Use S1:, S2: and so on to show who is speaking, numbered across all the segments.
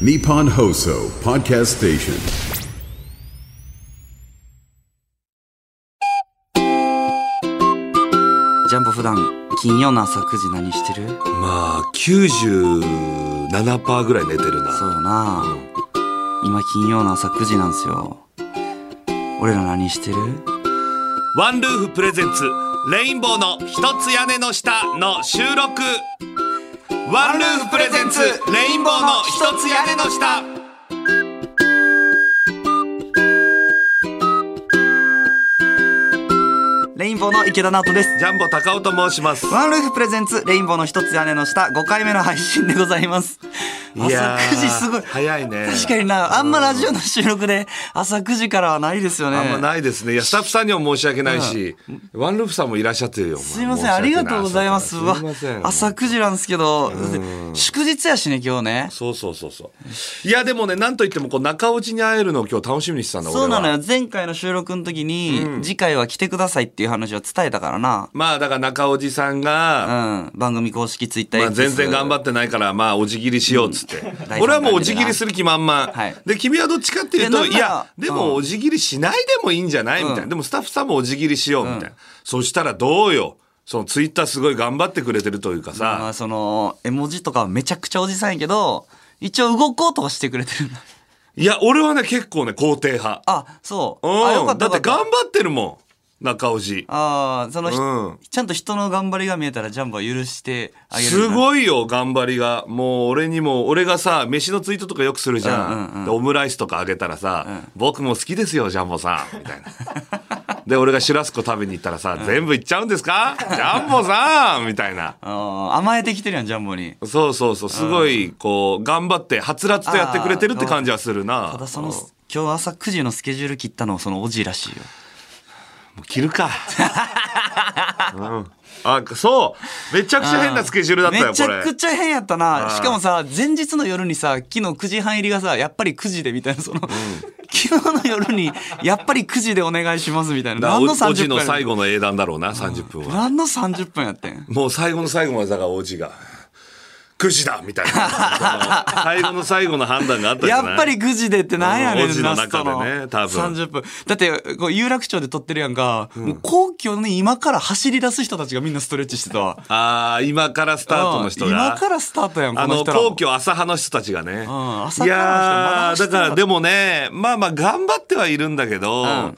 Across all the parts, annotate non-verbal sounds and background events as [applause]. S1: Nippon Hoso Podcast Station.
S2: ジャンボ普段金曜の朝9時何してる
S3: まあ、97%ぐらい寝てるな。
S2: そうよな、今金曜の朝9時なんすよ俺ら何してる
S3: ワンルーフプレゼンツ、レインボーの一つ屋根の下の収録。ワンルーフプレゼンツ、レインボーの一つ屋根の下。
S2: レインボーの池田直人です
S3: ジャンボ高尾と申します。
S2: ワンルーフプレゼンツレインボーの一つ屋根の下5回目の配信でございます朝
S3: いやー
S2: 9時すごい
S3: 早いね
S2: 確かになあんまラジオの収録で朝9時からはないですよね
S3: あんまないですね。いや、スタッフさんにも申し訳ないし、ワンルーフさんもいらっしゃってるよ。
S2: すいません、ありがとうございます。
S3: すい
S2: わ
S3: ません。
S2: 朝9時なんですけど、祝日やしね、今日ね。
S3: そうそうそうそう。いや、でもね、なんといっても、こう、中落ちに会えるのを今日楽しみにしてたんだ、俺
S2: そ
S3: は。
S2: うなのよ。前回の収録の時に、次回は来てくださいっていう話を伝えたからな。
S3: まあ、だから中おじさんが、
S2: うん。番組公式ツイッター
S3: まあ、全然頑張
S2: っ
S3: ってないから、まあ、お辞儀しようっつって。 [laughs]
S2: うん
S3: 俺はもうお辞儀する気満々。
S2: はい
S3: で、君はどっちかっていうと、
S2: いやなん
S3: い
S2: なら
S3: や、で
S2: うん
S3: もお辞儀しないでもいいんじゃないみたいな。でもスタッフさんもお辞儀しようみたいな。そしたらどうよ。そのツイッターすごい頑張ってくれてるというか
S2: ま
S3: さ。
S2: あ、その、絵文字とかはめちゃくちゃおじさんやけど、一応動こうとはしてくれてるんだ。
S3: いや、俺はね、結構ね、肯定派。
S2: あ、そう。あ、よ
S3: う
S2: か
S3: ん。
S2: っ
S3: だ
S2: た。
S3: って頑
S2: よか
S3: 張ってるもん。中おじ。
S2: ああ、そのひ、
S3: うん
S2: ちゃんと人の頑張りが見えたらジャンボは許してあげる。
S3: す
S2: い。
S3: ごいよ、頑張りが。もう俺にも、俺がさ、飯のツイートとかよくするじゃん。
S2: うんうんうん
S3: でオムライスとかあげたらさ、僕も好きですよ、ジャンボさん。みたいな。 [laughs] で、俺がシュラスコ食べに行ったらさ、全部いっちゃうんですかジャンボさんみたいな。
S2: あー甘えてきてるやん、ジャンボに。
S3: そうそうそう、すごい、こう、頑張って、はつらつとやってくれてるって感じはするな。
S2: ただそ
S3: うん
S2: の
S3: も、
S2: 今日朝9時のスケジュール切ったのそのおじいらしいよ。
S3: う切るか。うんあ、そう。めちゃくちゃ変なスケジュールだったよ、
S2: めち
S3: こ
S2: ゃ
S3: れ。
S2: くちゃ変やったな
S3: あー
S2: しかもさ前日の夜にさ昨日9時半入りがさやっぱり9時でみたいなその、昨日の夜にやっぱり9時でお願いしますみたいな
S3: だから
S2: 何の
S3: おお
S2: 30
S3: じ
S2: 分
S3: の
S2: やね
S3: 最
S2: ん
S3: 後の英断だろうな、30分は。
S2: 何の30分やってん
S3: もう最後の最後までだから王子が9時だみたいなその最後の最後の判断があったじ
S2: や
S3: ゃ
S2: っ
S3: ない
S2: ぱり9時でってなんやね
S3: うん
S2: ん
S3: おじの
S2: ラス
S3: 中
S2: ト
S3: でね
S2: の
S3: 多分
S2: 30分だってこう有楽町で撮ってるやんか、もう皇居に今から走り出す人たちがみんなストレッチしてたわ
S3: ああ今からスタートの人
S2: うん
S3: が
S2: 今からスタートやんこ
S3: あ
S2: の
S3: の
S2: 人らも
S3: 皇居浅葉の人たちがね
S2: ん朝
S3: い
S2: からの人まだ
S3: やー
S2: 走っ
S3: だ
S2: てなか
S3: か
S2: った
S3: らでもねまあまあ頑張ってはいるんだけど、
S2: ん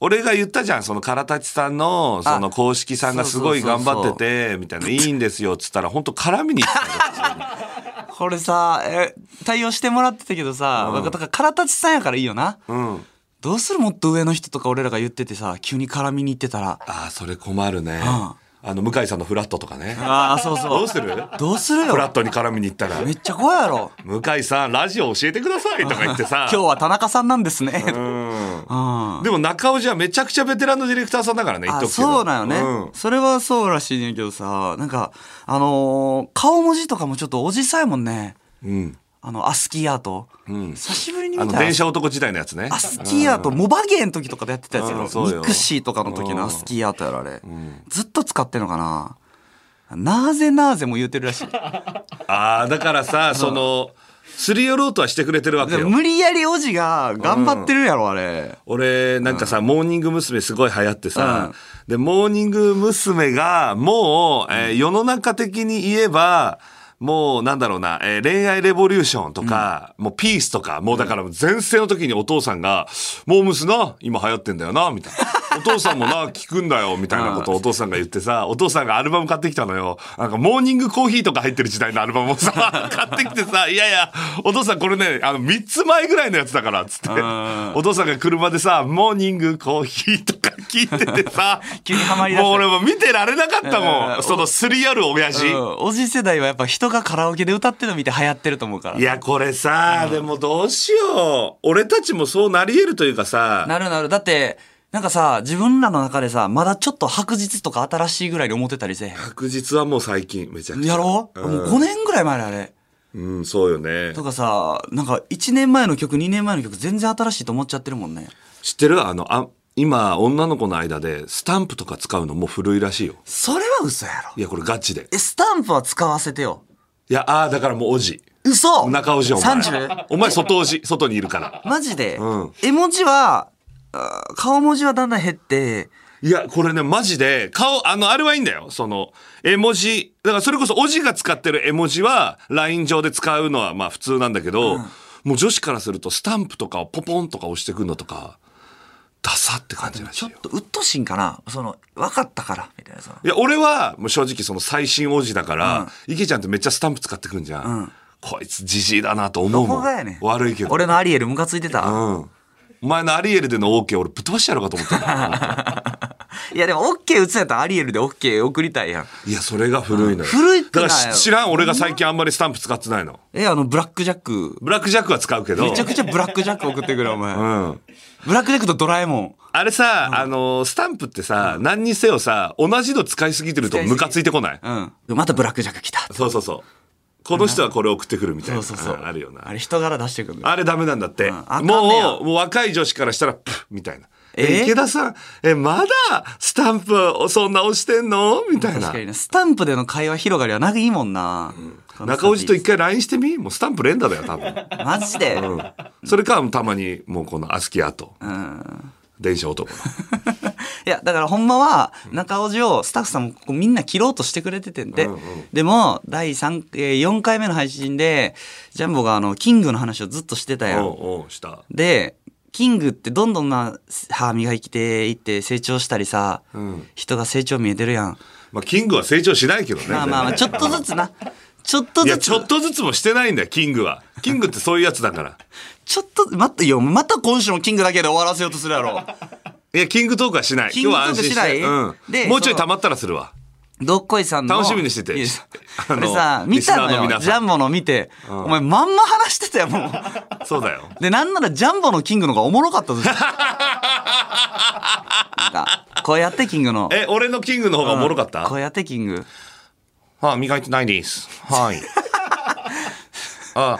S3: 俺が言ったじゃんその唐立さんのその公式さんがすごい
S2: そうそう
S3: 頑
S2: そうそう
S3: 張っててみたいな「いいんですよ」っつったら本当絡みに行ってたよ
S2: これさえ対応してもらってたけどさ、だから唐立さんやからいいよな、
S3: うん
S2: どうするもっと上の人とか俺らが言っててさ急に絡みに行ってたら
S3: ああそれ困るね、
S2: ん
S3: あの向井さんのフラットとかね
S2: ああ [laughs] そうそう
S3: どうする
S2: どうする
S3: フラッ
S2: よ
S3: トに絡みに行ったら
S2: めっちゃ怖いやろ
S3: 向井さんラジオ教えてくださいとか言ってさ
S2: 今日は田中さんなんですね
S3: うん
S2: [laughs] うん
S3: でも中尾じゃめちゃくちゃベテランのディレクターさんだからね言っ
S2: あ
S3: とくけど
S2: そうなよね、
S3: うん
S2: それはそうらしいねんけどさなんかあのー顔文字とかもちょっとおじさんやもんね
S3: うん
S2: あのアスキーアート、
S3: ん
S2: 久しぶりに
S3: あ
S2: 見
S3: の
S2: た
S3: 電車男時代のやつね
S2: アスキーアートモバゲーの時とかでやってたやつや
S3: うんそう
S2: ろ
S3: よ
S2: ミクシーとかの時のアスキーアートやろあれ、ずっと使ってんのかななぜなぜも言うてるらしい
S3: ああだからさそのすり寄ろうとはしてくれてるわけ
S2: でも
S3: よ
S2: 無理やりおじが頑張ってるやろ、あれ。
S3: 俺なんかさ、モーニング娘。すごい流行ってさ、でモーニング娘。がもう、えー世の中的に言えばもうなんだろうな、えー恋愛レボリューションとか、もうピースとかもうだから前世の時にお父さんが「モームスな今流行ってんだよな」みたいな「お父さんもな聞くんだよ」みたいなことをお父さんが言ってさお父さんがアルバム買ってきたのよなんかモーニングコーヒーとか入ってる時代のアルバムをさ
S2: [laughs]
S3: 買ってきてさ「いやいやお父さんこれねあの3つ前ぐらいのやつだから」っつって
S2: ん
S3: お父さんが車でさ、モーニングコーヒーとか聞いててさ、
S2: [laughs] 急にハマりだした
S3: もう俺も見てられなかった
S2: う
S3: も
S2: ん
S3: ん。そのすり寄る親父。
S2: うんおじ世代はやっぱ人がカラオケで歌ってるの見て流行ってると思うから。
S3: いや、これさ、でもどうしよう。俺たちもそうなり得るというかさ、
S2: なるなる。だって、なんかさ、自分らの中でさ、まだちょっと白日とか新しいぐらいに思ってたりせえへ
S3: 確実はもう最近、めちゃく
S2: ん。
S3: ちゃ。
S2: やろ、
S3: う
S2: もうん5年ぐらい前だあれ。
S3: うん、そうよね
S2: と。かさ、なんか1年前の曲、2年前の曲全然新しいと思っちゃってるもんね。
S3: 知ってるあの、あ、今、女の子の間で、スタンプとか使うのもう古いらしいよ。
S2: それは嘘やろ。
S3: いや、これガチで。
S2: え、スタンプは使わせてよ。
S3: いや、ああ、だからもうおじ。
S2: 嘘
S3: 中押しお前
S2: 30?
S3: お前外押し外にいるから
S2: マジで、
S3: うん
S2: 絵文字は、あー顔文字はだんだん減って、
S3: いやこれねマジで顔あのあれはいいんだよその絵文字だからそれこそおじが使ってる絵文字は LINE 上で使うのはまあ普通なんだけど、もう女子からするとスタンプとかをポポンとか押してくるのとかダサって感じらし
S2: ち
S3: い
S2: ょっ
S3: よ
S2: とうっとしいんかなその、分かったから、みたいなさ。
S3: いや俺はもう正直その最新おじだから、池ちゃんってめっちゃスタンプ使ってくんじゃん、こいつじじいだなと思う
S2: こ
S3: も
S2: こ
S3: ん
S2: がやねん。
S3: 悪いけど
S2: 俺のアリエルムカついてた。
S3: うん。お前のアリエルでの OK 俺ぶっ飛ばしてやろうかと思った
S2: [laughs]
S3: の
S2: いやでも OK 打つんやったらアリエルで OK 送りたいやん。
S3: いや、それが古いのよ。
S2: 古いってな
S3: だ
S2: よ
S3: からし知らん俺が最近あんまりスタンプ使ってないの。
S2: え、あの、ブラックジャック。
S3: ブラックジャックは使うけど。
S2: めちゃくちゃブラックジャック送ってくれ、お前。
S3: うん。
S2: ブラックジャックとドラえもん。
S3: あれさ、あのースタンプってさ、何にせよさ、同じの使いすぎてるとムカついてこない、
S2: うん。またブラックジャック来た。
S3: そうそうそう。この人はこれ送ってくるみたい
S2: そ
S3: な。
S2: うそうそう。
S3: んあるよな。
S2: あれ人柄出してくる。
S3: あれダメなんだって。
S2: んあかんねや
S3: もう、もう若い女子からしたら、プッみたいな。
S2: え
S3: え池田さん、え、まだスタンプをそんな押してんのみたい
S2: 確
S3: な
S2: か。にね。スタンプでの会話広がりはなくいいもんな。
S3: 中尾路と一回 LINE してみもうスタンプ連打だよ、多分。
S2: [laughs] マジで、
S3: それか、たまに、もうこのアスキーアート。
S2: うん
S3: 電車男の。
S2: いやだからほんまは中尾路をスタッフさんもここみんな切ろうとしてくれててんで、でも第3、えー、4回目の配信でジャンボがあのキングの話をずっとしてたやん。
S3: おうおう、した。
S2: でキングってどんどんまあ歯磨きていって成長したりさ、
S3: ん
S2: 人が成長見えてるやん。
S3: まあ、キングは成長しないけどね。
S2: まあまあまあちょっとずつなちょっと
S3: いや、
S2: ずつ
S3: ちょっとずつもしてないんだよ、キングは。キングってそういうやつだから。
S2: ちょっと待ってよまた今週のキングだけで終わらせようとするやろ。
S3: いや、キングトークはしない。
S2: キングトーク
S3: 今日は安心して
S2: しない
S3: うん
S2: で
S3: もうちょい
S2: その
S3: 溜まったらするわ。
S2: どっこいさんの。
S3: 楽しみにしてて
S2: いや
S3: あの
S2: 俺さ、見たの
S3: リスナーの
S2: よ。
S3: 皆さん
S2: ジャンボの見て、お前まんま話してたよ、もう。
S3: そう
S2: [laughs]
S3: だよ。
S2: で、なんならジャンボのキングの方がおもろか
S3: [laughs]
S2: ったぞ。なんか、こうやってキングの。
S3: え、俺のキングの方がおもろかった
S2: こうやってキング。
S3: はあ、磨いてないです。はい。 [laughs] あ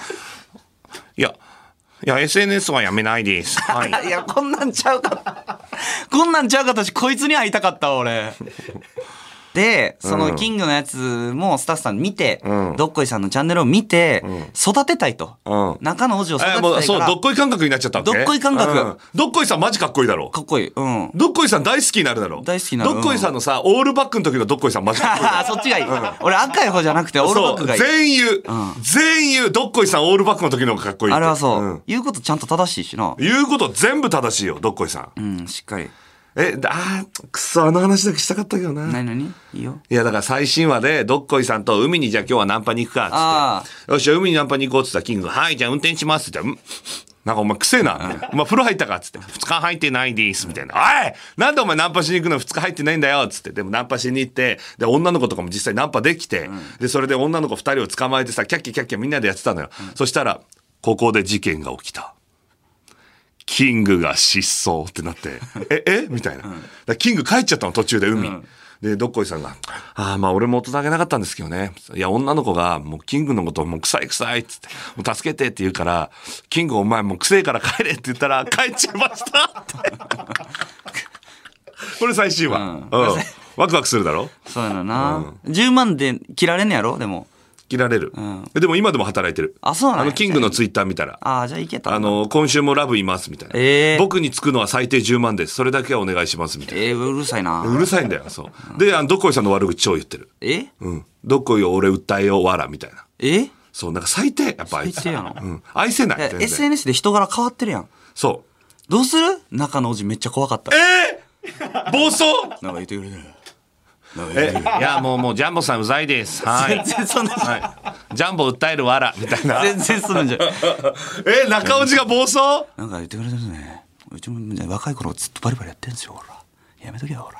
S3: いや、いや、SNS はやめないです。はい
S2: [laughs] いや、こんなんちゃうかった。こんなんちゃうかったし、こいつに会いたかったわ、俺。で、そのキングのやつもスタッフさん見て、どっこいさんのチャンネルを見て、育てたいと。
S3: うん
S2: 中のおじを育てた
S3: え
S2: いか
S3: もう
S2: ら。
S3: そうどっこい感覚になっちゃったわけ
S2: どっこい感覚
S3: うんどっこいさんマジかっこいいだろ
S2: かっこいい。うん。
S3: どっこいさん大好きになるだろ
S2: 大好きになる
S3: どっこいさんのさオールバックの時のどっこいさんマジかっこいいだ
S2: あー
S3: ろ
S2: [laughs] そっちがいい。俺赤い方じゃなくて、オールバックがいい
S3: そう。全員言う、全員言うどっこいさんオールバックの時の方がかっこいいって
S2: あれはそう、
S3: ん
S2: 言うことちゃんと正しいしな。
S3: 言うこと全部正しいよどっこいさん、
S2: うん、しっかり。
S3: えあーくそあの話だけしたかったけどな
S2: 何何いいよ。
S3: いやだから最新話でどっこいさんと海にじゃあ今日はナンパに行くかっつってよっしゃ海にナンパに行こうっつったらキングがはいじゃあ運転しますって言ったらんなんかお前くせえな。お前風呂入ったかっつって。二日入ってないです。みたいな。おいなんでお前ナンパしに行くの二日入ってないんだよっつって。でもナンパしに行って、で、女の子とかも実際ナンパできて、で、それで女の子二人を捕まえてさ、キャッキャキャッキャみんなでやってたのよ。そしたら、ここで事件が起きた。キングが失踪って
S2: [laughs]
S3: なって、え、えみたいな。だからキング帰っちゃったの、途中で海。で、どっこいさんが、ああ、まあ俺も大人げなかったんですけどね。いや、女の子が、もうキングのことをもう臭い臭いっつって、もう助けてって言うから、キングお前もう臭いから帰れって言っ
S2: [laughs]
S3: たら、帰っちゃいましたって。これ最新話。うん。ワクワクするだろ
S2: そうやろな、10万で切られんねやろでも。
S3: 切られる、でも今でも働いてる。
S2: あそうなんや
S3: あの、キングのツイッター見たら。
S2: ああ、じゃあいけた。
S3: あ、の、今週もラブいますみたいな。
S2: えー
S3: 僕につくのは最低10万です。それだけはお願いしますみたいな。
S2: えー、うるさいな。
S3: うるさいんだよ、そう。で、あの、どっこいさんの悪口超言ってる。
S2: え
S3: うん。どっこいを俺訴えよう、わら、みたいな。
S2: え
S3: そう、なんか最低、やっぱあいつ。
S2: 最低やな
S3: うん。愛せない。全然
S2: ?SNS で人柄変わってるやん。
S3: そ
S2: どうする中のおじめっちゃ怖かった
S3: う。。えー、暴走
S2: なんか言ってくれてる。
S3: え、いや、もう、もう、ジャンボさんうざいです。は
S2: 全。然そんな、
S3: はい。ジャンボ訴えるわら、みたいな。
S2: 全然そんなんじゃない。
S3: [laughs] え、中尾路が暴走
S2: なんか言ってくれてるね。うちもね若い頃ずっとバリバリやってんすよ、ほら。やめとけよ、ほ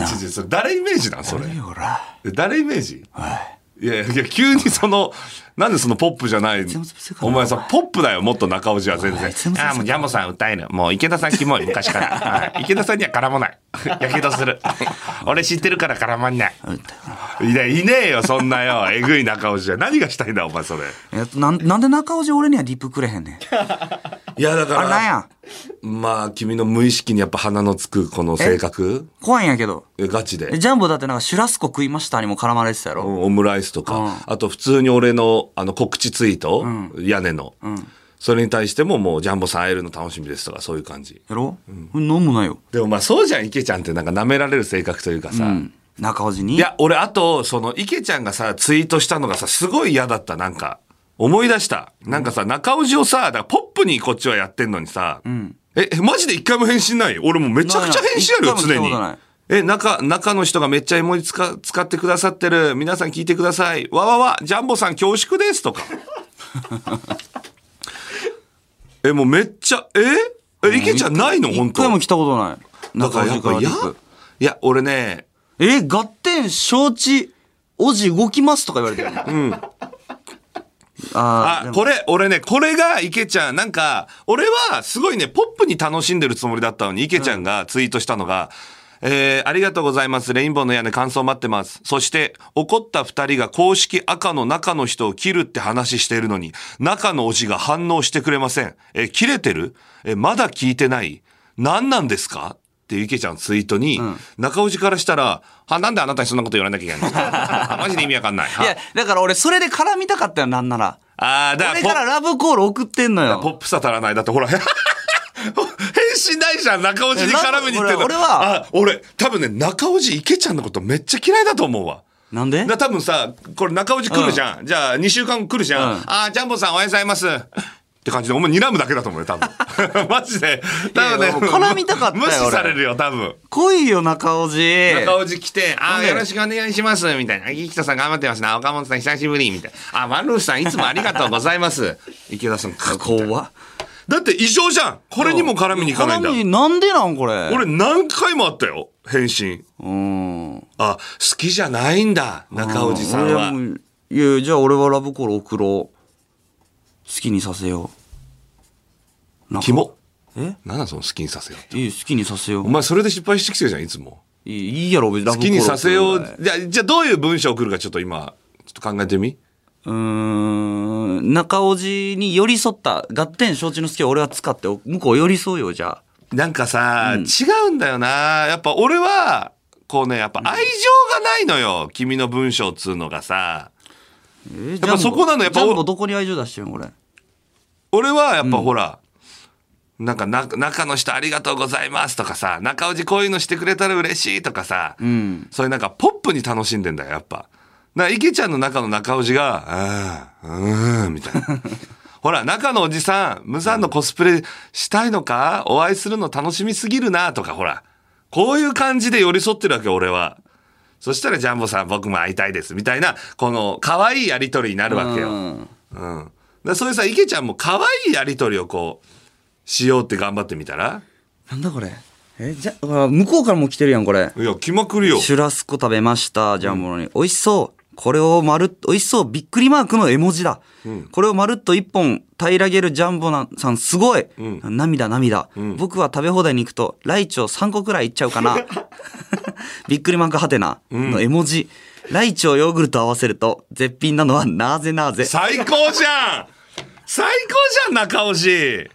S2: ら。
S3: ちょちょそれ誰イメージなんそれ。
S2: いいよほら。
S3: 誰イメージ
S2: はい。
S3: いやいや、急にその、なんでそのポップじゃない
S2: 全部潰せるか
S3: お
S2: ら
S3: 前さ、ポップだよ、もっと中尾路は全
S2: お前全部潰
S3: 然。
S2: せるから
S3: ああ、もうジャンボさん歌える。もう池田さんキモい、昔から。はい池田さんには絡まない。 [laughs] やけどす [laughs] る。俺知ってるから絡まんない。いや、いねえよ、そんなよ。えぐい中尾路じゃ。何がしたいんだ、お前それ。 [laughs]
S2: えっと、なんなんで中尾路俺にはリップくれへんねん。
S3: いや、だか
S2: あれなんや
S3: まあ、君の無意識にやっぱ鼻のつくこの性格
S2: 怖いんやけど。
S3: えガチで
S2: え。ジャンボだってなんかシュラスコ食いましたにも絡まれてたや
S3: う
S2: ろ。
S3: んオムライスとか、
S2: うん
S3: あと普通に俺のあの告知ツイート、屋根の、それに対してももうジャンボさん会えるの楽しみですとかそういう感じ
S2: やろうん。飲むなよ。
S3: でもまあそうじゃん池ちゃんってなんか舐められる性格というかさ、
S2: うん。中尾路に。
S3: いや俺あとその池ちゃんがさツイートしたのがさすごい嫌だったなんか思い出したなんかさ中尾路をさだからポップにこっちはやってんのにさ、ええマジで一回も返信ない俺もうめちゃくちゃ返信あるよ
S2: ないない一
S3: 常
S2: 回も来
S3: に
S2: たことない
S3: え中中の人がめっちゃ絵文字使使ってくださってる皆さん聞いてくださいわわわジャンボさん恐縮ですとか [laughs] えもうめっちゃええ池ちゃんないの本
S2: 一
S3: 当
S2: 回も来たことない。
S3: だから
S2: 中尾路から
S3: やっぱいや
S2: 行く。
S3: いや俺ね
S2: え、合点承知、おじ動きますとか言われてる。うん。 [laughs] ああ
S3: あ、これ、俺ね、これが池ちゃん、なんか、俺はすごいね、ポップに楽しんでるつもりだったのに、池ちゃんがツイートしたのが、えーありがとうございます。レインボーの屋根感想待ってます。そして、怒った二人が公式赤の中の人を切るって話してるのに、中のおじが反応してくれません。えー切れてるえーまだ聞いてない何なんですかっていう池ちゃんのツイートに、中おじからしたら、あ、なんであなたにそんなこと言われなきゃいけないの [laughs] あマジで意味わかんない。
S2: いや、だから俺それで絡みたかったよ、なんなら。
S3: ああ、だ
S2: 俺からラブコール送ってんの
S3: ポッ
S2: よ。
S3: プさ足らない。だってほら、 [laughs] 返信ないじゃん、中尾路に絡みに行ってんの
S2: 俺は
S3: あ、俺、多分ね、中尾路池ちゃんのことめっちゃ嫌いだと思うわ。
S2: なんで
S3: だから多分さ、これ中尾路来るじゃん。じゃあ、2週間後来るじゃん。
S2: うん
S3: あー、ジャンボさんおはようございます。って感じで、お前睨むだけだと思うよ、
S2: [laughs]
S3: 多分。マジで。多分
S2: い
S3: ね、
S2: やもう絡みたかったよ
S3: 無視
S2: 俺
S3: されるよ、多分。
S2: 来いよ、中尾路。
S3: 中尾路来て、あ
S2: なん
S3: ー、
S2: で
S3: よろしくお願いします、みたいな。秋北さん頑張ってますね。岡本さん久しぶり、みたいな。あ、ワルーフさんいつもありがとうございます。池田さん、かっこ
S2: 怖っ
S3: だって異常じゃんこれにも絡みに行かないんだ
S2: 絡みになんでなんこれ。
S3: 俺何回もあったよ返信
S2: うん。
S3: あ好きじゃないんだ中おじさんは
S2: 俺もいや、じゃあ俺はラブコール送ろう。好きにさせよう。なんか
S3: キモ
S2: え
S3: 何だその好きにさせようって
S2: いい、好きにさせよ
S3: お
S2: う。
S3: 前それで失敗してきてるじゃんいつも
S2: いいいいやろ、別にラブ
S3: 好
S2: コー
S3: き
S2: ル
S3: に
S2: 送る
S3: させよ
S2: ぐら
S3: う
S2: い
S3: じゃあじゃあどういう文章送るかちょっと今ちょっと考えてみ
S2: うーん、中尾路に寄り添った、合点承知の隙を俺は使って、向こう寄り添うよ、じゃあ。
S3: なんかさ、違うんだよなやっぱ俺はこうねやっぱ愛情がないのよ君の文章っつうのがさ
S2: えー
S3: ぱそこなのやっぱ
S2: ジャンボどこに愛情出してるのこれ。
S3: 俺はやっぱほら、なんかな中の人ありがとうございますとかさ中尾路こういうのしてくれたら嬉しいとかさ、
S2: ん
S3: そういうなんかポップに楽しんでんだよやっぱだから池ちゃんの中の中尾路が「うんうん」みたいな [laughs] ほら中のおじさん無残のコスプレしたいのかお会いするの楽しみすぎるなとかほらこういう感じで寄り添ってるわけ俺はそしたらジャンボさん僕も会いたいですみたいなこの可愛いやり取りになるわけよ、
S2: うん。
S3: うん。だからそういうさ、池ちゃんも可愛いやりとりをこう、しようって頑張ってみたら
S2: なんだこれ。え、じゃ、うわ向こうからも来てるやん、これ。
S3: いや、気まくりよ。
S2: シュラスコ食べました、ジャンボのに。美味しそう。これをまるっと、美味しそう。びっくりマークの絵文字だ。これをまるっと一本平らげるジャンボなさん、すごい。涙涙、僕は食べ放題に行くと、ライチョウ3個くらいいっちゃうかな。
S3: [laughs]
S2: びっくりマークハテナの絵文字。ライチョウヨーグルト合わせると、絶品なのはなぜなぜ。
S3: 最高じゃん最高じゃん、中尾し。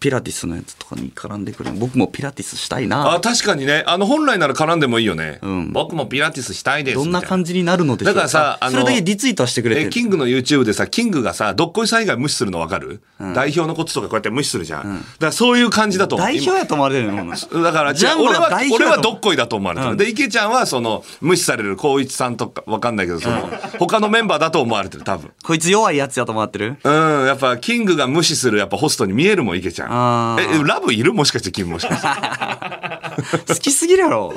S2: ピラティスのやつとかに絡んでくる。僕もピラティスしたいな。
S3: あ、確かにね。あの、本来なら絡んでもいいよね。
S2: ん
S3: 僕もピラティスしたいです。
S2: どんな感
S3: じ
S2: じになるのでしょう
S3: だからさあ
S2: そ
S3: の
S2: れだけリツイートはしてくれて
S3: え、
S2: る。
S3: キングの YouTube でさ、キングがさ、どっこいさん以外無視するのわかる、代表のコツとかこうやって無視するじゃん。だからそういう感じだと思う。
S2: 代表やと思われるの
S3: だから、
S2: ジャンボの
S3: 俺は
S2: 代、表だ
S3: 俺は
S2: と
S3: どっこいだと思われてる。で、池ちゃんは、その、無視される光一さんとか、わかんないけど、その、他のメンバーだと思われてる、多分。
S2: こいつ弱いやつやと思われてる
S3: うん、やっぱ、キングが無視する、やっぱホストに見えるもん、池ちゃ
S2: あ
S3: ん。
S2: ー
S3: え、ラブいるもしかして、キングもしか
S2: [laughs]
S3: して。
S2: 好きすぎるやろ。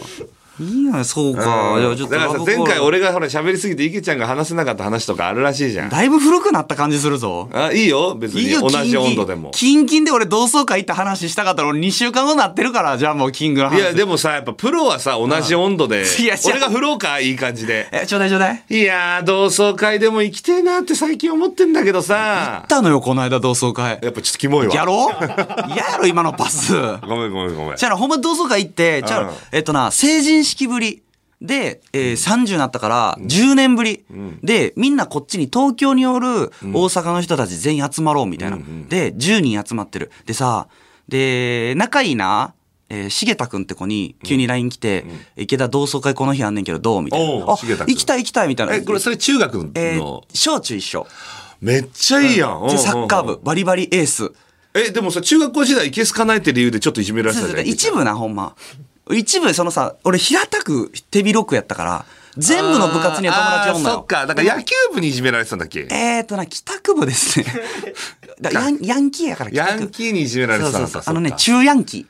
S2: いいやそうか。じゃあちょっと
S3: だからさ
S2: ラ、ブコール
S3: 前回俺がほら、喋りすぎて、池ちゃんが話せなかった話とかあるらしいじゃん。
S2: だいぶ古くなった感じするぞ。
S3: あ、いいよ、別に。同
S2: キン
S3: じ
S2: キン
S3: 温度でも。
S2: キンキンで俺同窓会行った話したかったら俺2週間後になってるから、じゃあもうキングの話。
S3: いや、でもさ、やっぱ、プロはさ、同じ温度で
S2: ん [laughs] いや違う。
S3: 俺が振ろうか、いい感じで。
S2: え、ちょうだいちょうだい。
S3: いやー、同窓会でも行きてえなって最近思ってんだけどさ
S2: 行っ。たのよ、この間同窓会。
S3: やっぱちょっとキモいわ。
S2: やろ嫌やろ、今のパス。
S3: ごめんごめんごめん。
S2: じゃあな、ほんま同窓会行って、じゃ
S3: うん
S2: あ、えっとな、成人式ぶり。で、えー30になったから、10年ぶり、で、みんなこっちに東京におる大阪の人たち全員集まろうみたいな。で、10人集まってる。でさ、で、仲いいな、えー、茂田くんって子に急に LINE 来て、池田同窓会この日あんねんけどどうみたい
S3: おう
S2: な。あ、
S3: 茂田くん
S2: 行きたい行きたいみたいな。
S3: え、これ、それ中学の、
S2: えー小中一緒。
S3: めっちゃいいやん。うんうんう
S2: で、
S3: ん
S2: サッカー部、バリバリエース。
S3: え、でもさ、中学校時代、いけすかないって理由でちょっといじめられて
S2: そうそ
S3: た
S2: う
S3: じゃん。
S2: 一部な、ほんま。一部、そのさ、俺、平たく手広くやったから、全部の部活には友達おんの
S3: あー
S2: よ。
S3: そっか、だから野球部にいじめられてたんだっけ
S2: えーとな、帰宅部です
S3: [laughs]
S2: ね。だヤンヤンキーやから帰
S3: ヤ
S2: 宅
S3: ンキーにいじめられ
S2: そ
S3: て
S2: うそう
S3: たんだ。
S2: そう。
S3: そ
S2: あ
S3: っか
S2: のね、中ヤンキー。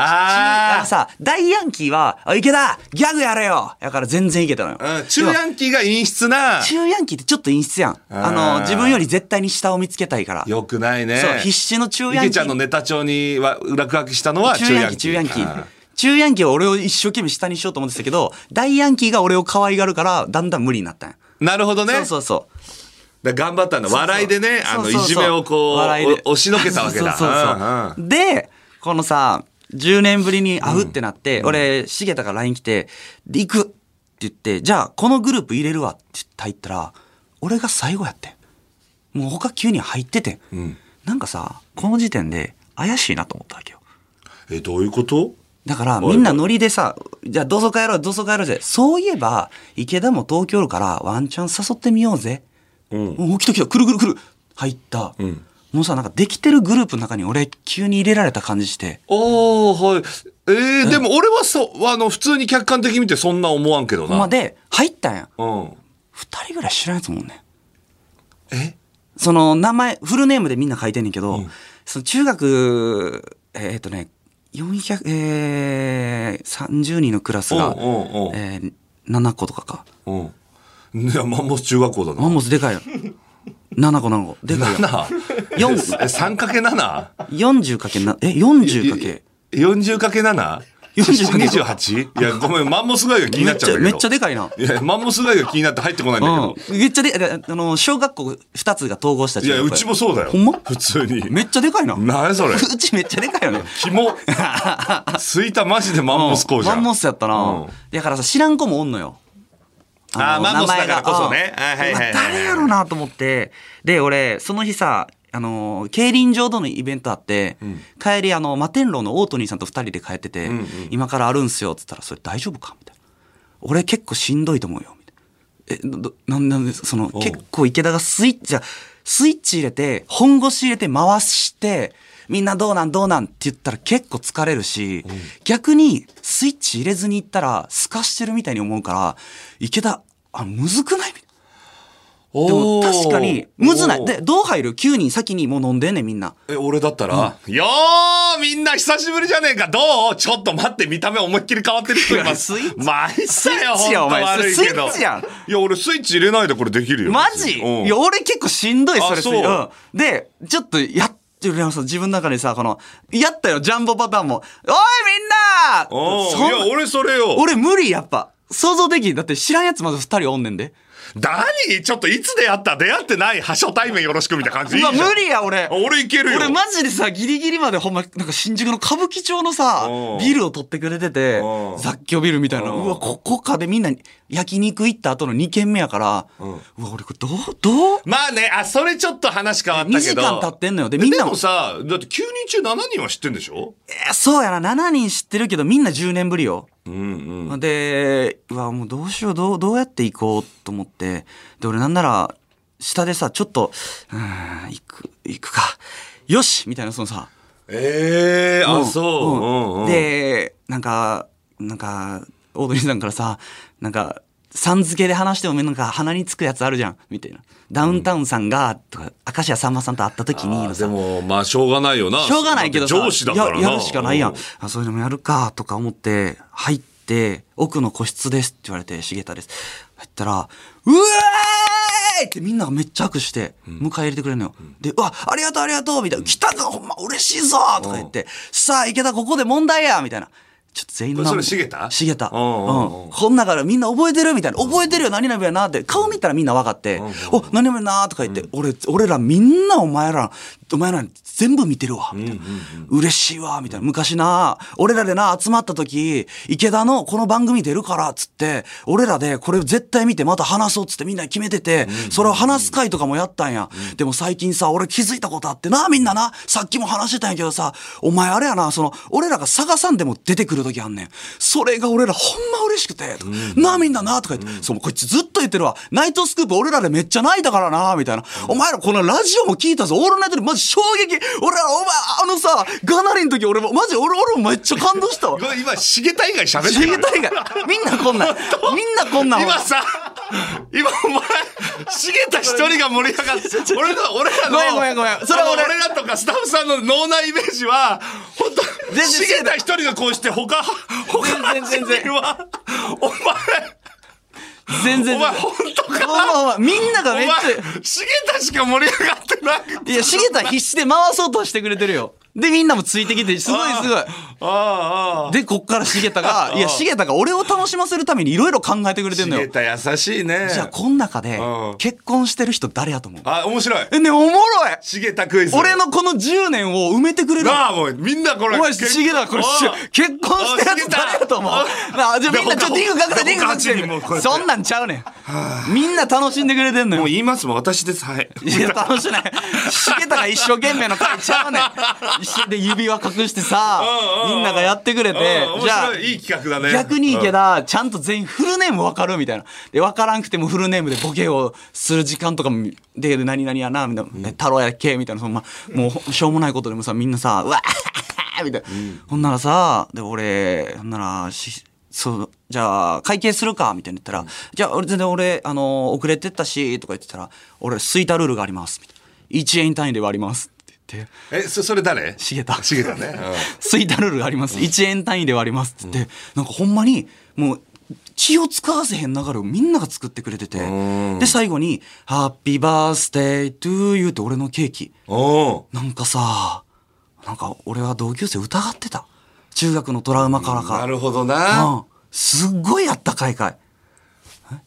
S2: あ
S3: あ
S2: の
S3: ー
S2: さ、大ヤンキーは、あ池田、ギャグやれよやから全然いけたのよ。
S3: うん中ヤンキーが陰湿な。
S2: 中ヤンキーってちょっと陰湿やん。あ
S3: あー
S2: の、自分より絶対に下を見つけたいから。
S3: よくないね。
S2: そう、必死の中ヤンキー。
S3: 池ちゃんのネタ帳には落書きしたのは
S2: 中ヤンキー、中ヤンキー。中ヤンキーは俺を一生懸命下にしようと思ってたけど、大ヤンキーが俺を可愛がるから、だんだん無理になったんや。
S3: なるほどね。
S2: そうそうそう。
S3: だから頑張ったんだ。笑いでね、あの、
S2: そう
S3: い
S2: そうそう
S3: じめをこ
S2: 笑いで
S3: う、お押しのけたわけだ。
S2: [laughs] そうそうそうそう
S3: うんうん
S2: で、このさ、10年ぶりに会うってなって、俺、茂田が LINE 来て、で、行くって言って、じゃあ、このグループ入れるわって言って入ったら、俺が最後やってんもう他9人入ってて、ん、なんかさ、この時点で怪しいなと思ったわけよ。
S3: え、どういうこと
S2: だから、みんなノリでさ、じゃあ、同窓会やろう、同窓会やろうぜ。そういえば、池田も東京おるから、ワンチャン誘ってみようぜ。うん。お、来た来た、来る来る来る。入った。もうさ、なんか、できてるグループの中に俺、急に入れられた感じして。
S3: おー、はい。えー、でも俺はそう、あの、普通に客観的に見てそんな思わんけどな。
S2: まあ、で、入ったんや。
S3: うん。
S2: 二人ぐらい知らんやつもんね。
S3: え
S2: その、名前、フルネームでみんな書いてんねんけど、その、中学、えーっとね、400、えー、30人のクラスが、
S3: おうおうおう
S2: えー、7個とかか。
S3: うん。いや、マンモス中学校だ
S2: マ
S3: な。
S2: ンモスでかいよ。7個7個。でかいよ。
S3: 7? え、3×7?
S2: 40かけな、え、40かけ。
S3: 40かけ 7? 28? いや、ごめん、マンモスガイが気に
S2: め
S3: な
S2: っ
S3: っち
S2: ち
S3: ゃ
S2: ゃ、
S3: うんだ
S2: め
S3: けど。
S2: っちゃでかいな。
S3: いや、マンモスガイが気になって入ってこないんだけど。
S2: うん。めっちゃでかい。あの、小学校2つが統合した
S3: いや、うちもそうだよ。
S2: ほんま
S3: 普通に。
S2: めっちゃでかいな。
S3: 何それ。
S2: [laughs] うちめっちゃでかいよね。[laughs]
S3: キモ。すいたマジでマンモス校じゃん。
S2: マンモスやった
S3: う。
S2: なんだからさ、知らん子もおんのよ。
S3: あー
S2: の
S3: マンモスだからこそね
S2: 名前が
S3: はいは
S2: う
S3: いはいはい
S2: わ誰やろなと思って。で、俺、その日さ、あのー、競輪場とのイベントあって、帰り、あの、摩天楼のオートニーさんと二人で帰ってて、今からあるんすよ、つったら、それ大丈夫かみたいな。俺結構しんどいと思うよ、みたいな。え、どどなんなんで、その、結構池田がスイッチ、じゃあスイッチ入れて、本腰入れて回して、みんなどうなんどうなんって言ったら結構疲れるし、逆にスイッチ入れずに行ったら、透かしてるみたいに思うから、池田、あ、むずくないみたいな。でも
S3: おー
S2: 確かに、むずない。
S3: おー
S2: で、どう入る ?9 人先にもう飲んでんねん、みんな。
S3: え、俺だったら、よーみんな久しぶりじゃねえかどうちょっと待って、見た目思いっきり変わってる人います。
S2: いやスイッチ
S3: まあ、いっさよ、
S2: スイッチ
S3: ほん
S2: や
S3: と悪いけ
S2: お
S3: ど。
S2: 前スイッチやん
S3: いや、俺スイッチ入れないでこれできるよ。
S2: マジ
S3: うん
S2: いや、俺結構しんどい、それ
S3: あそう
S2: うんで、ちょっとやってるやん、その自分の中でさ、この、やったよ、ジャンボパターンも。おい、みん
S3: お
S2: な
S3: う
S2: そん
S3: いや、俺それよ。
S2: [laughs] 俺無理、やっぱ。想像できん。だって知らんやつまず二人おんねんで。
S3: 何ちょっといつ出会った出会ってない、はしょ対面よろしくみたいな感じ
S2: う
S3: でいい
S2: わ、
S3: じゃん。
S2: 無理や、俺。
S3: 俺いけるよ。
S2: 俺マジでさ、ギリギリまでほんま、なんか新宿の歌舞伎町のさ
S3: う、ん
S2: ビルを取ってくれてて
S3: う、ん
S2: 雑居ビルみたいな、
S3: うん
S2: うわ、ここかでみんな焼肉行った後の2軒目やから、うわ、俺これどう、どう
S3: まあね、あ、それちょっと話変わったけど。
S2: 2時間経ってんのよ。で、みんな
S3: で
S2: も
S3: も、さ、だって9人中7人は知ってんでしょ
S2: えーそうやな、7人知ってるけど、みんな10年ぶりよ。で、うわ、もうどうしよう、どう、どうやって行こうと思って、で、俺なんなら、下でさ、ちょっと、うーん、行く、行くか。よしみたいな、そのさ、
S3: ええ
S2: うん
S3: あ、そう。うんうん、
S2: で、なんか、なんか、オードリーさんからさ、なんか、さん付けで話してもなんか鼻につくやつあるじゃん、みたいな。ダウンタウンさんが、とか、明石家さんまさんと会った時にの
S3: で
S2: さ、
S3: も、まあ、しょうがないよな。
S2: しょうがないけどさ、
S3: 上司だからな。
S2: ややるしかないや。
S3: うん
S2: あ、そういうのもやるか、とか思って、入って、奥の個室ですって言われて、茂田です。入ったら、うわーいってみんながめっちゃ拍手して、迎え入れてくれるのよ。で、うわ、ありがとうありがとうみたいな、来たぞほんま嬉しいぞとか言って、さあ池田ここで問題やみたいな。ちょっと全員
S3: こ
S2: の
S3: れ
S2: 名
S3: そ
S2: 前
S3: れ茂田
S2: 茂田。
S3: うんうんうん
S2: うん。こんなからみんな覚えてるみたいな。覚えてるよ、何々やなって。顔見たらみんな分かって、お、何々やなとか言って、俺、俺らみんなお前ら、お前ら全部見てるわ、みたいな。嬉しいわ、みたいな。昔な、俺らでな、集まった時、池田のこの番組出るから、つって、俺らでこれ絶対見てまた話そう、つってみんな決めてて、それを話す会とかもやったんや。でも最近さ、俺気づいたことあってな、みんなな、さっきも話してたんやけどさ、お前あれやな、その、俺らが探さんでも出てくる時あんねん。それが俺らほんま嬉しくて、とかなあみんなな、とか言って、そう、もうこいつずっと言ってるわ。ナイトスクープ俺らでめっちゃ泣いたからな、みたいな。お前らこのラジオも聞いたぞ、オールナイトでマジ衝撃俺ら、お前、あのさ、ガナリの時俺も、マジ俺、俺もめっちゃ感動したわ。
S3: ごめん今茂田以外喋って
S2: 知
S3: る
S2: りたいが、みんなこん
S3: [laughs]
S2: なん、みんなこんなん。
S3: 今さ今お前茂田一人が盛り上が
S2: [laughs]
S3: って俺の俺らの
S2: ごめんごめんごめんそれは
S3: あの
S2: 俺
S3: 俺らとかスタッフさんの脳内イメージは本当
S2: 全然
S3: 茂田一人がこうして他他の
S2: 全然全然
S3: 人はお
S2: 全然。
S3: 前お前本当か
S2: ほんまほんまみんな
S3: お
S2: がめ
S3: 前
S2: っちゃ。
S3: 茂田しか盛り上がってなくて
S2: いや、茂田必死で回そうとしてくれてるよ。で、みんなもついてきて、すごいすごい。
S3: ああああ
S2: で、こっから茂田
S3: [laughs]
S2: が、いや、茂田が俺を楽しませるためにいろいろ考えてくれてんの
S3: 茂
S2: よ。
S3: 田優しいね
S2: じゃあ、こん中で
S3: うん、
S2: 結婚してる人誰やと思う
S3: あ面白い
S2: え、ね、おもろい
S3: 茂田クイズ
S2: 俺のこの10年を埋めてくれる。
S3: [laughs] なあもうみんなこ
S2: お
S3: れ
S2: 前、茂田これ、し
S3: ああ
S2: 結婚してるやつ誰やと思う
S3: あ
S2: なあ、じゃあみんなちょっとリングかけて、
S3: で
S2: リングか
S3: 他8人もこう
S2: け
S3: や
S2: て。
S3: って
S2: そんなんちゃうねん。みんな楽しんでくれてんのよ
S3: もう。言いますもん私ですはい
S2: いや、楽しない。茂田が一生懸命の会ちゃうねん。一緒で指輪隠してさ
S3: う、んうんうん
S2: みんながやってくれて
S3: うん、面
S2: じゃあ
S3: 白、いいい企画だね
S2: 逆に池田、ちゃんと全員フルネーム分かるみたいな。で、分からんくてもフルネームでボケをする時間とかも、で、何々やな、みたいな。太郎やっけみたいな、そんな、もう、しょうもないことでもさ、みんなさ、うわ [laughs] みたいな。ほんならさ、で、俺、ほんなら、しそう、じゃあ、会計するかみたいな言ったら、じゃあ、俺、全然俺、あの、遅れてったし、とか言ってたら、俺、スイタルールがあります、みたいな。1円単位で割ります。って言って、
S3: えそそれ誰
S2: 茂田。
S3: 茂田ね、
S2: スイタルールがあります。1円単位で割りますって言って、なんかほんまに、もう、気を使わせへん流れをみんなが作ってくれてて、で、最後に、ハッピーバースデートゥーユーって俺のケーキ。
S3: [laughs] うん、お
S2: なんかさ、なんか俺は同級生疑ってた。中学のトラウマから
S3: おな
S2: か。
S3: るほどな、
S2: うん。すっごいあったかいかい。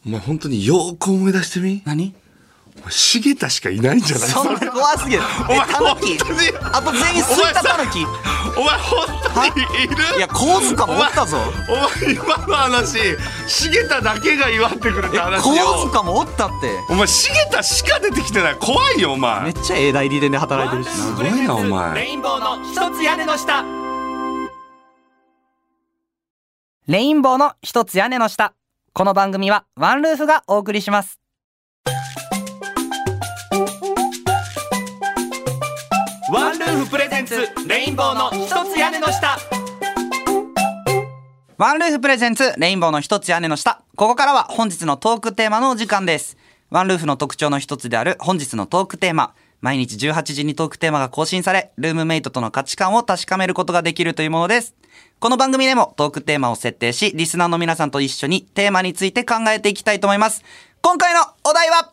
S3: お前本当によーく思い出してみ
S2: 何
S3: お前茂田しかいないんじゃない
S2: そんな怖すぎる。
S3: お
S2: え、タ
S3: 前
S2: ヌキ
S3: 本当に。
S2: あと全員スイタタヌキ。
S3: お前本当にいる
S2: いや、構図かもおったぞ。
S3: お前今の話茂田だけが祝ってくれ
S2: え
S3: た、話
S2: 構
S3: を
S2: 図かもおったって。
S3: お前茂田しか出てきてない怖いよお
S2: めっ
S3: 前
S2: ちゃええ代理店で働いてるしな。
S3: すごいなお前
S4: レインボーの一つ屋根の下
S5: レインボーの一つ屋根の下。この番組はワンルーフがお送りします。
S4: ワンルーフプレゼンツレインボーの一つ屋根の下
S5: ワンルーフプレゼンツレインボーの一つ屋根の下。ここからは本日のトークテーマのお時間です。ワンルーフの特徴の一つである本日のトークテーマ。毎日18時にトークテーマが更新され、ルームメイトとの価値観を確かめることができるというものです。この番組でもトークテーマを設定し、リスナーの皆さんと一緒にテーマについて考えていきたいと思います。今回のお題は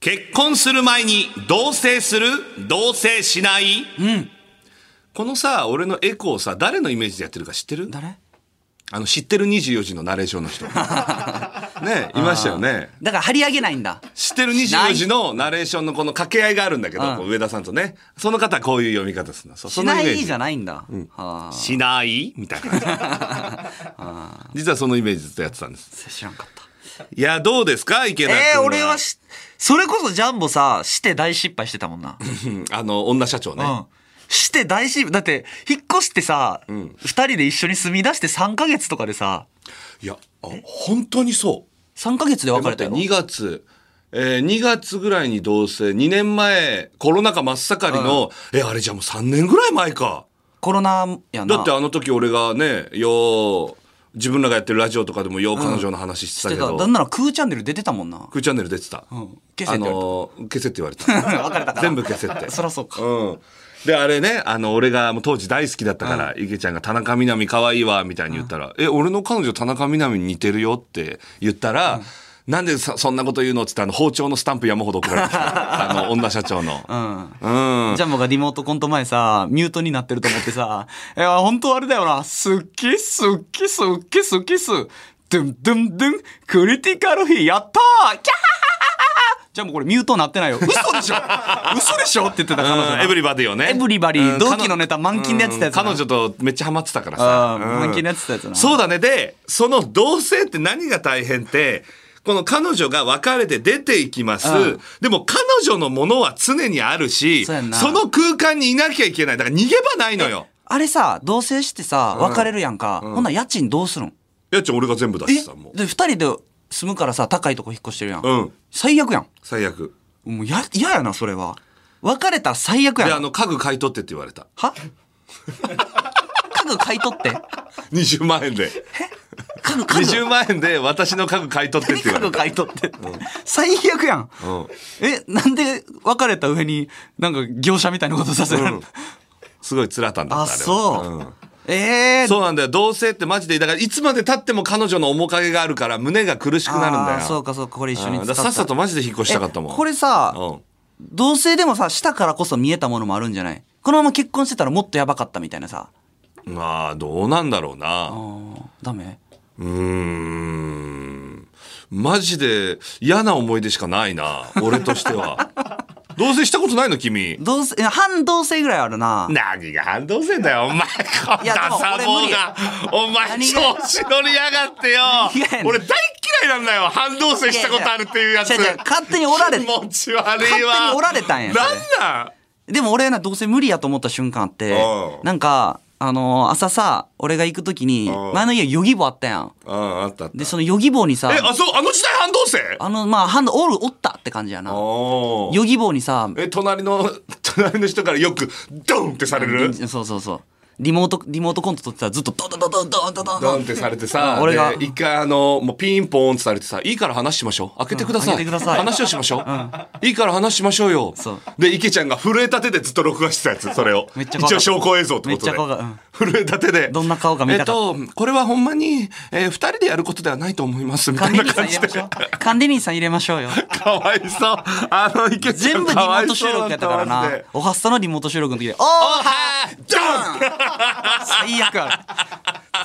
S3: 結婚する前に同棲する同棲しない、このさ俺のエコーさ誰のイメージでやってるか知ってる
S2: 誰
S3: あの知ってる24時のナレーションの
S2: [laughs]
S3: 人ねいましたよね
S2: だから張り上げないんだ。
S3: 知ってる24時のナレーションのこの掛け合いがあるんだけど、こう上田さんとねその方はこういう読み方するのそうそ
S2: し
S3: のイメ
S2: な
S3: ージ
S2: いじゃないんだ。はあ。
S3: しないみ
S2: [laughs]
S3: たいな感じ実はそのイメージずっとやってたんです
S2: 知らんかった。
S3: いやどうですか池田君
S2: えー、俺はし、それこそジャンボさ、して大失敗してたもんな。
S3: うんあの女社長ね、
S2: うん。して大失敗。だって、引っ越してさ、二、人で一緒に住み出して3ヶ月とかでさ、
S3: いやあ本当にそう
S2: 3ヶ月で別れたよ。
S3: 2月、えー、2月ぐらいに同棲2年前コロナ禍真っ盛りの、えあれじゃもう3年ぐらい前か
S2: コロナやな。
S3: だってあの時俺がねよう自分らがやってるラジオとかでもよう彼女の話して
S2: したて
S3: け
S2: た。
S3: ど、
S2: なんなら空チャンネル出てたもんな。
S3: クーチャンネル出てた、
S2: 消せ
S3: あ
S2: って言われた
S3: のー消せって言われた
S2: 別れ [laughs] たから。
S3: 全部消せって
S2: そらそうか。
S3: うんであれねあの俺がもう当時大好きだったから、池ちゃんが「田中みな実可愛いわ」みたいに言ったら「え俺の彼女田中みな実に似てるよ」って言ったら「なん
S2: [laughs]
S3: でそそんなこと言うの?」っつってあの包丁のスタンプ山ほど送られてきたあの女社長の。うん、うん
S2: ジャンボがリモートコント前さ、ミュートになってると思ってさ、いや、本当あれだよな、好き、好き、好き、好き、す。ドゥンドゥンドゥン、クリティカルヒー、やったーキャハハハハジャンボこれミュートなってないよ。嘘でしょ嘘でしょって言ってた彼女
S3: うん
S2: が。
S3: エブリバディをね。
S2: エブリバディ
S3: うん
S2: 同期のネタ満金でやってたやつな
S3: うん彼女とめっちゃハマってたから
S2: あ
S3: さ。
S2: ー満金でやってたやつな
S3: そうだね。で、その同棲って何が大変って、この彼女が別れて出ていきます。
S2: うん
S3: でも彼女のものは常にあるし、
S2: そうやんな
S3: の空間にいなきゃいけない。だから逃げ場ないのよ。
S2: あれさ、同棲してさ、別れるやんか。ほんなら家賃どうするん
S3: やっちゃん俺が全部出してたもう。
S2: で、二人で住むからさ、高いとこ引っ越してるやん。
S3: うん
S2: 最悪やん。
S3: 最悪。
S2: もうや、嫌やな、それは。別れたら最悪や
S3: で、
S2: な。
S3: あの、家具買い取ってって言われた。
S2: は [laughs] 家具買い取って。
S3: 20万円で。
S2: 家具、家具。
S3: 20万円で私の家具買い取ってって
S2: 何
S3: 言わ
S2: 家
S3: れ
S2: 具
S3: た。
S2: 買い取ってって。最悪やん。
S3: うん
S2: え、なんで別れた上に、なんか業者みたいなことさせられる、
S3: うんすごい辛かったんだった
S2: あ、
S3: れは
S2: そう。
S3: ん
S2: ええ
S3: そうなんだよ。同性ってマジで、だからいつまで経っても彼女の面影があるから胸が苦しくなるんだよ。
S2: あーそうかそうかこれ一緒に
S3: うん
S2: 使
S3: だ
S2: った
S3: からさっさとマジで引っ越したかったもん。
S2: えこれさ、
S3: うん
S2: 同性でもさ、したからこそ見えたものもあるんじゃないこのまま結婚してたらもっとやばかったみたいなさ。
S3: まあ、どうなんだろう
S2: あ
S3: な。
S2: ーダメ
S3: うーん。マジで嫌な思い出しかないな。俺とし
S2: [laughs]
S3: ては。同棲したことないの君。
S2: 同性、いや半同性ぐらいあるな。
S3: 何が反動せんだよ、お前。こん
S2: いやで
S3: な
S2: も
S3: サ
S2: 俺
S3: ボ
S2: 無理
S3: が。お前、
S2: 何
S3: 調
S2: が
S3: 子乗りやがってよ
S2: 何がやね。ん
S3: 俺大嫌いなんだよ。反動性したことあるっていうやつ。
S2: 違う違う勝手におられ
S3: 気持ち悪いわ。
S2: 勝手におられたんやそれ
S3: なんなん
S2: でも俺な、どうせ無理やと思った瞬間あって
S3: う、ん
S2: なんか、あのー朝さ、俺が行くときに
S3: う、ん
S2: 前の家ヨギボあったやん。
S3: ああったあった
S2: で、そのヨギボにさ
S3: え、あそうあの時代反動性
S2: あの、まあ、ハンド、おる、おったって感じやな。
S3: おー
S2: ヨギボにさ、
S3: え隣の [laughs] 隣の人からよくドンってされる
S2: そうそうそう。リモート、リモートコント撮ってたらずっとドンドンドンドンドンドンド
S3: ド
S2: ン
S3: ンってされてさ
S2: [laughs] 俺が
S3: で一回あのもうピンポーンってされてさ「いいから話しましょう開けてくだ
S2: う
S3: さい,、
S2: ん開けてください
S3: 話をしましょう、いいから話しましょうよ」
S2: そう
S3: で池ちゃんが震えた手でずっと録画してたやつそれを
S2: めっちゃ怖かった
S3: 一応証拠映像って
S2: め
S3: ことで
S2: っちゃ怖かっ
S3: 震えた手で
S2: どんな顔か見たかっ
S3: えっとこれはほんまに、えー、2人でやることではないと思いますみた
S2: 管
S3: い
S2: 理
S3: な
S2: 人さん入
S3: 感じ
S2: れ
S3: で
S2: ましょう。管理人さん入れましょうよ。
S3: [laughs] かわいそうあの池ちゃ
S2: 全
S3: ん
S2: 部リモ
S3: かわ
S2: ー
S3: い
S2: ト収
S3: そう
S2: 録
S3: だ
S2: や
S3: っ
S2: った
S3: た
S2: から
S3: マジ
S2: な
S3: で。
S2: おはっさのリモート収録の時で、おー
S3: はードン
S2: 最悪ある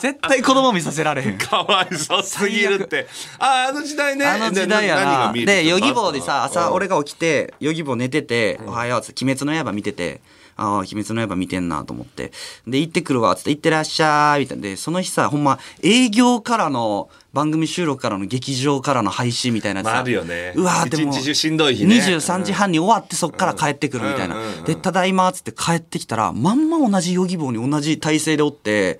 S2: 絶対子供見させられへん。
S3: かわいそうすぎるってああの時代ね
S2: あの時代や
S3: で何
S2: な。
S3: が見えて
S2: で、
S3: きた
S2: ヨ
S3: の
S2: ギボーでさ、
S3: う
S2: 朝
S3: ん
S2: 俺が起きて、ヨギボー寝てて、おはようっつって、鬼滅の刃見てて、ああ、鬼滅の刃見てんなと思って。で、行ってくるわ、つって、行ってらっしゃい、みたいな。で、その日さ、ほんま、営業からの、番組収録からの劇場からの配信みたいなさ。
S3: まああるよね
S2: うわーでも。
S3: 一日中しんどい日ね
S2: 23時半に終わってそっから帰ってくるみたいな。で、ただいま、つって帰ってきたら、まんま同じヨギボーに同じ体勢でおって、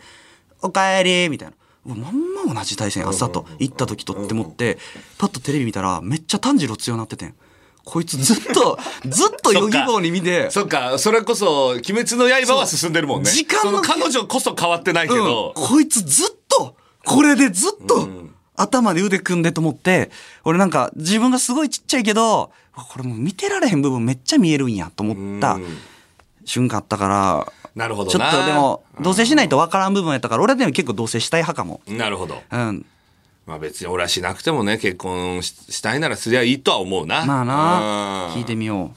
S2: おかえりみたいな。うわまんま同じ対戦朝と行った時とって思ってパッとテレビ見たらめっちゃ炭治郎強なっててんこいつずっ [laughs] とずっとヨギボーに見て
S3: そっかそれこそ「鬼滅の刃」は進んでるもんね
S2: そう時間
S3: そ
S2: の
S3: の彼女こそ変わってないけ
S2: うん
S3: ど、
S2: こいつずっとこれでずっと頭で腕組んでと思って俺なんか自分がすごいちっちゃいけどこれもう見てられへん部分めっちゃ見えるんやと思った瞬間あったから
S3: なるほ
S2: ちょ
S3: どな
S2: っとでも同棲しないと分からん部分やったから俺でも結構同棲したい派かも。
S3: なるほど
S2: うん
S3: まあ別に俺はしなくてもね結婚ししたいならすりゃいいとは思うな
S2: まあな
S3: うん
S2: 聞いてみよう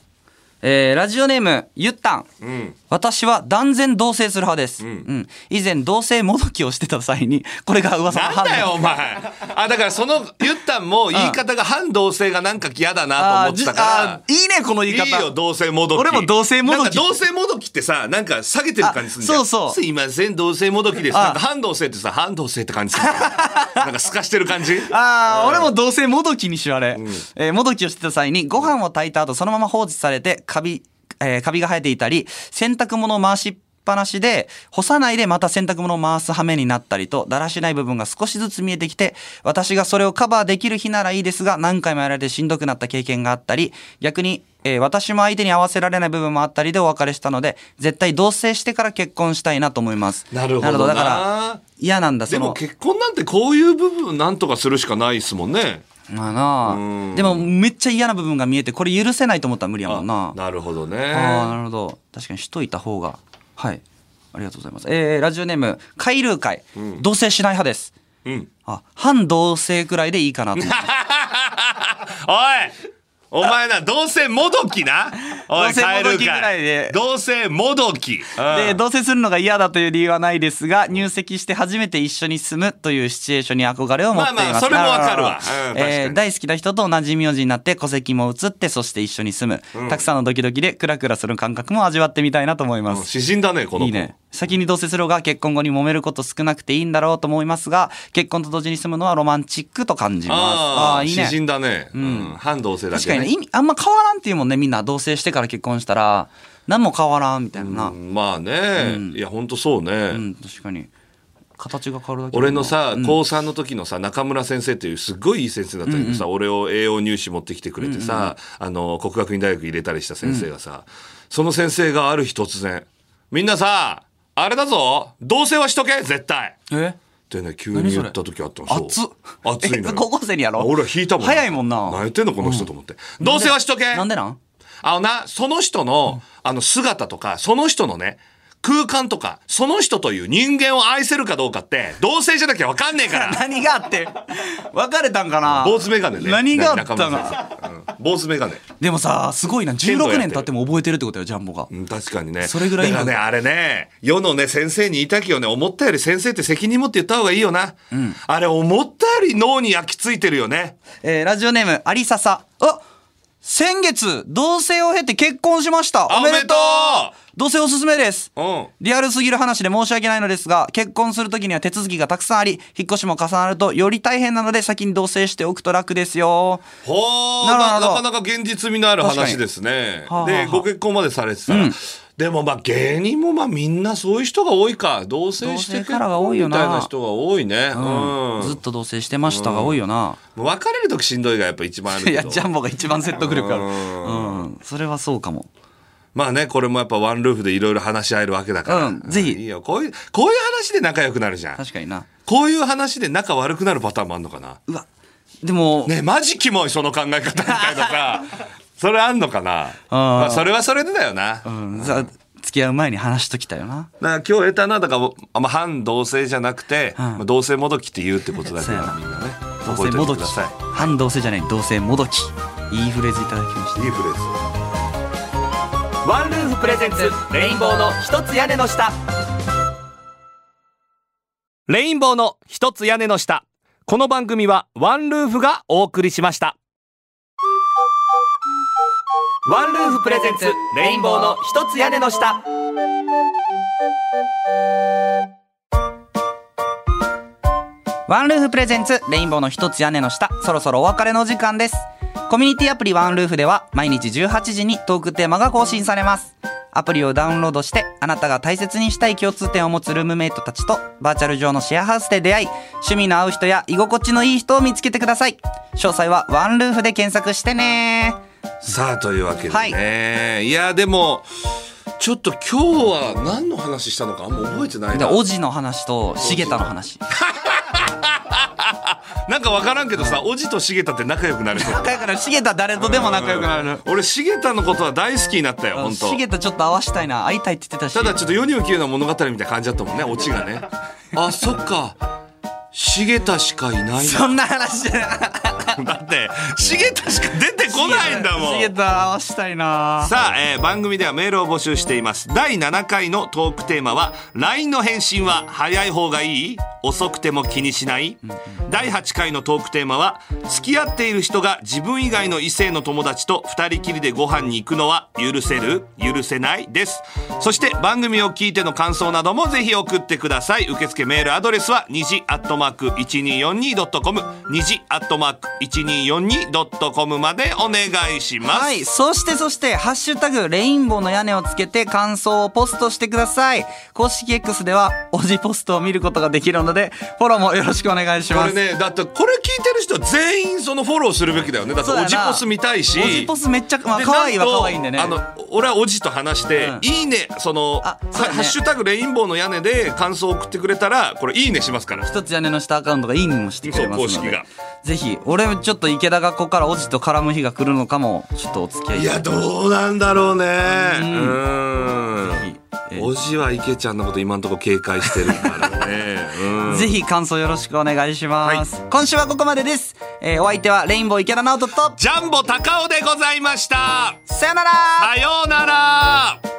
S2: えーラジオネームゆったん、
S3: ん
S2: 私は断然同棲する派です、うん以前同棲もどきをしてた際にこれが噂の
S3: なん
S2: 判
S3: だよお
S2: 断
S3: 前あだからそのゆったんも言い方が反同性がなんか嫌だなと思ってたから
S2: あーじあーいいねこの言い方
S3: いいよ同性もどき
S2: 俺も同性もどき
S3: なんか同性もどきってさなんか下げてる感じするじゃん
S2: あそうそう
S3: すいません同性もどきです
S2: あ
S3: なんか反同性ってさ反同性って感じする
S2: [laughs]
S3: なんかすかしてる感じ
S2: あー俺も同棲もどきにしわれ、えーもどきをしてた際にご飯を炊いた後そのまま放置されてカビ,、えーカビが生えていたり洗濯物を回しっぱなしで干さないでまた洗濯物を回す羽目になったりとだらしない部分が少しずつ見えてきて私がそれをカバーできる日ならいいですが何回もやられてしんどくなった経験があったり逆にえー私も相手に合わせられない部分もあったりでお別れしたので絶対同棲してから結婚したいなと思います
S3: なるほど
S2: だ
S3: な
S2: から嫌なんだそ
S3: で
S2: の
S3: も結婚なんてこういう部分なんとかするしかないですもんね
S2: まあなあでもめっちゃ嫌な部分が見えてこれ許せないと思ったら無理やもんな
S3: なるほど
S2: ああ
S3: ね
S2: なるほど確かにしといた方がはいありがとうございますえー、ラジオネーム海流会、同棲しない派です
S3: うん
S2: あ反同棲くらいで
S3: [laughs]
S2: いいかなと思って [laughs]
S3: おいお前な同性もどきなお
S2: どう
S3: い
S2: せ
S3: 帰
S2: もど
S3: る
S2: きぐ
S3: から
S2: い
S3: い
S2: で
S3: どうせもどき
S2: で、同棲するのが嫌だという理由はないですが、入籍して初めて一緒に住むというシチュエーションに憧れを持っています。
S3: まあまあそれもわかるわうん確か
S2: え
S3: に
S2: ー大好きな人と同じ名字になって、戸籍も移って、そして一緒に住む。たくさんのドキドキで、クラクラする感覚も味わってみたいなと思います。
S3: 詩人だねこの子
S2: いいね。先に同棲する方が結婚後に揉めること少なくていいんだろうと思いますが、結婚と同時に住むのはロマンチックと感じます。
S3: ああ
S2: ー
S3: 詩人だね、うん、反同性だ
S2: 確
S3: け、ね、
S2: かにね、意味、あんま変わらんっていうもんね、みんな同棲してから結婚したら、何も変わらんみたいなな。
S3: まあね、いや本当そうね、
S2: うん、確かに。形が変わるだけだな
S3: 俺のさ、高3の時のさ中村先生っていうすっごいいい先生だったけどさ、俺を栄養入試持ってきてくれてさ、あの国学院大学入れたりした先生がさ、その先生がある日突然「みんなさあれだぞ同棲はしとけ絶対!」
S2: え
S3: ってね急に言った時あったの
S2: 熱っ
S3: そう熱いの
S2: [laughs] え
S3: よ
S2: 高校生にやろ
S3: あ俺は引いたもん
S2: 早いもんな
S3: 泣いてんのこの人と思って、同棲はしとけ
S2: なんでなん
S3: あのな、その人の、あの姿とか、その人のね、空間とか、その人という人間を愛せるかどうかって、同性じゃなきゃわかんねえ
S2: [laughs]
S3: から。
S2: 何があって別れたんかな
S3: 坊主メガネね。
S2: 何があったな
S3: 中村先生うん坊主メガネ。
S2: でもさすごいな
S3: 剣道やっ
S2: 16
S3: てる
S2: 年経っても覚えてるってことよジャンボが
S3: うん確かにね。
S2: それぐらい
S3: だからね、
S2: 今
S3: あれね、世のね、先生に言いたきよね、思ったより先生って責任持って言った方がいいよな。あれ、思ったより脳に焼き付いてるよね。
S2: えーラジオネームありささあ先月同棲を経て結婚しました
S3: あ
S2: おめでとう
S3: おめでと
S2: 同棲おすすめです
S3: うん。
S2: リアルすぎる話で申し訳ないのですが、結婚するときには手続きがたくさんあり、引っ越しも重なるとより大変なので先に同棲しておくと楽ですよ。
S3: ほー
S2: なる
S3: な
S2: ほど
S3: なかなか現実味のある話ですね。
S2: はあはあ
S3: でご結婚までされてたら、でもまあ芸人もまあみんなそういう人が多いか同棲して
S2: 同棲
S3: 結
S2: からが多
S3: 婚
S2: い
S3: みた
S2: よ
S3: い
S2: な
S3: な人が多いね。うん
S2: ずっと同棲してましたが多いよな。
S3: もう別れる時しんどいがやっぱ一番ある
S2: い
S3: け
S2: や、
S3: ど
S2: ジャンボが一番説得力ある。うん。それはそうかも。
S3: まあねこれもやっぱワンルーフでいろいろ話し合えるわけだから、
S2: うんぜひ
S3: いいよこういうこういう話で仲良くなるじゃん
S2: 確かにな。
S3: こういう話で仲悪くなるパターンもあるのかな
S2: うわ。でも、
S3: ねマジキモいその考え方みたいな
S2: [laughs]
S3: さそれあんのかなまあ、それはそれでだよな、
S2: うん、さ付き合う前に話しときたよな。
S3: だから今日得たなだからあんま反同性じゃなくて、
S2: ん
S3: まあ、同性もどきって言うってことだか
S2: そうや
S3: ら
S2: な
S3: みんなね
S2: 同
S3: 覚
S2: 棲
S3: えて
S2: も
S3: おい
S2: ど
S3: て
S2: き
S3: くださ。
S2: 反同性じゃない、同性もどき。いいフレーズいただきました
S3: い。いいフレーズ
S4: ワンルーフプレゼンツレインボーの一つ屋根の下レインボーの一つ屋根の下この番組はワンルーフがお送りしましたワンルーフプレゼンツレインボーの一つ屋根の下
S5: ワンルーフプレゼンツレインボーの一つ屋根の下そろそろお別れの時間ですコミュニティアプリワンルーフでは毎日18時にトークテーマが更新されますアプリをダウンロードしてあなたが大切にしたい共通点を持つルームメイトたちとバーチャル上のシェアハウスで出会い趣味の合う人や居心地のいい人を見つけてください詳細はワンルーフで検索してね
S3: さあというわけでね、、
S5: はい
S3: やでもちょっと今日は何の話したのかあんま覚えてない
S5: で
S3: な
S5: おじの話と茂田の話
S3: なんか分からんけどさおじとしげたって仲良くなれそう
S2: だから、茂田誰とでも仲良くなる。
S3: 俺しげたのことは大好きになったよ本当
S2: 茂田ちょっと合わしたいな、会いたいって言ってたし。
S3: ただちょっと世にも奇妙な物語みたいな感じだったもんねオチがねあそっかしげたしかいない
S2: そんな話じゃない。
S3: だって、しげたしか出てこないんだもん。
S2: 茂田合わしたいな。
S3: さあ、えー番組ではメールを募集しています。第7回のトークテーマは、LINE の返信は早い方がいい遅くても気にしない、第8回のトークテーマは、付き合っている人が自分以外の異性の友達と2人きりでご飯に行くのは許せる許せないです。そして番組を聞いての感想などもぜひ送ってください。受付メールアドレスは、にじアットマーク 1242.com、にじアットマーク 1242.com までお願いします。
S5: はい。そしてそして、ハッシュタグ、レインボーの屋根をつけて感想をポストしてください。公式 X では、おじポストを見ることができるので、フォローもよろしくお願いし
S3: こ
S5: ま
S3: れ
S5: す。
S3: ねだってこれ聞いてる人は全員そのフォローするべきだよねだって
S5: そうだ
S3: お
S5: な
S3: じポス見たいし
S5: おじポスめっちゃ、まあ、
S3: で
S5: 可愛いは
S3: なんと
S5: 可愛いんでね。
S3: あの俺はおじと話して「いいね」その
S5: あそう
S3: は
S5: だね
S3: ハッシュタグレインボーの屋根」で感想を送ってくれたらこれ「いいね」しますから
S5: 一つ屋根の下アカウントがいいにもしてくれます
S3: そう公
S5: の
S3: 式
S5: で
S3: が
S5: ぜひ俺もちょっと池田がここからおじと絡む日が来るのかもちょっとお付き合い
S3: い
S5: いた
S3: や
S5: だき
S3: どうなんだろうねうん
S5: ぜひえー
S3: おじは池ちゃんのこと今のところ警戒してるから
S5: [laughs]
S3: ね。うん
S2: ぜひ感想よろしくお願いします、今週はここまでです、えーお相手はレインボー池田直人と
S3: ジャンボ高尾でございました。
S2: さよなら
S3: さようなら。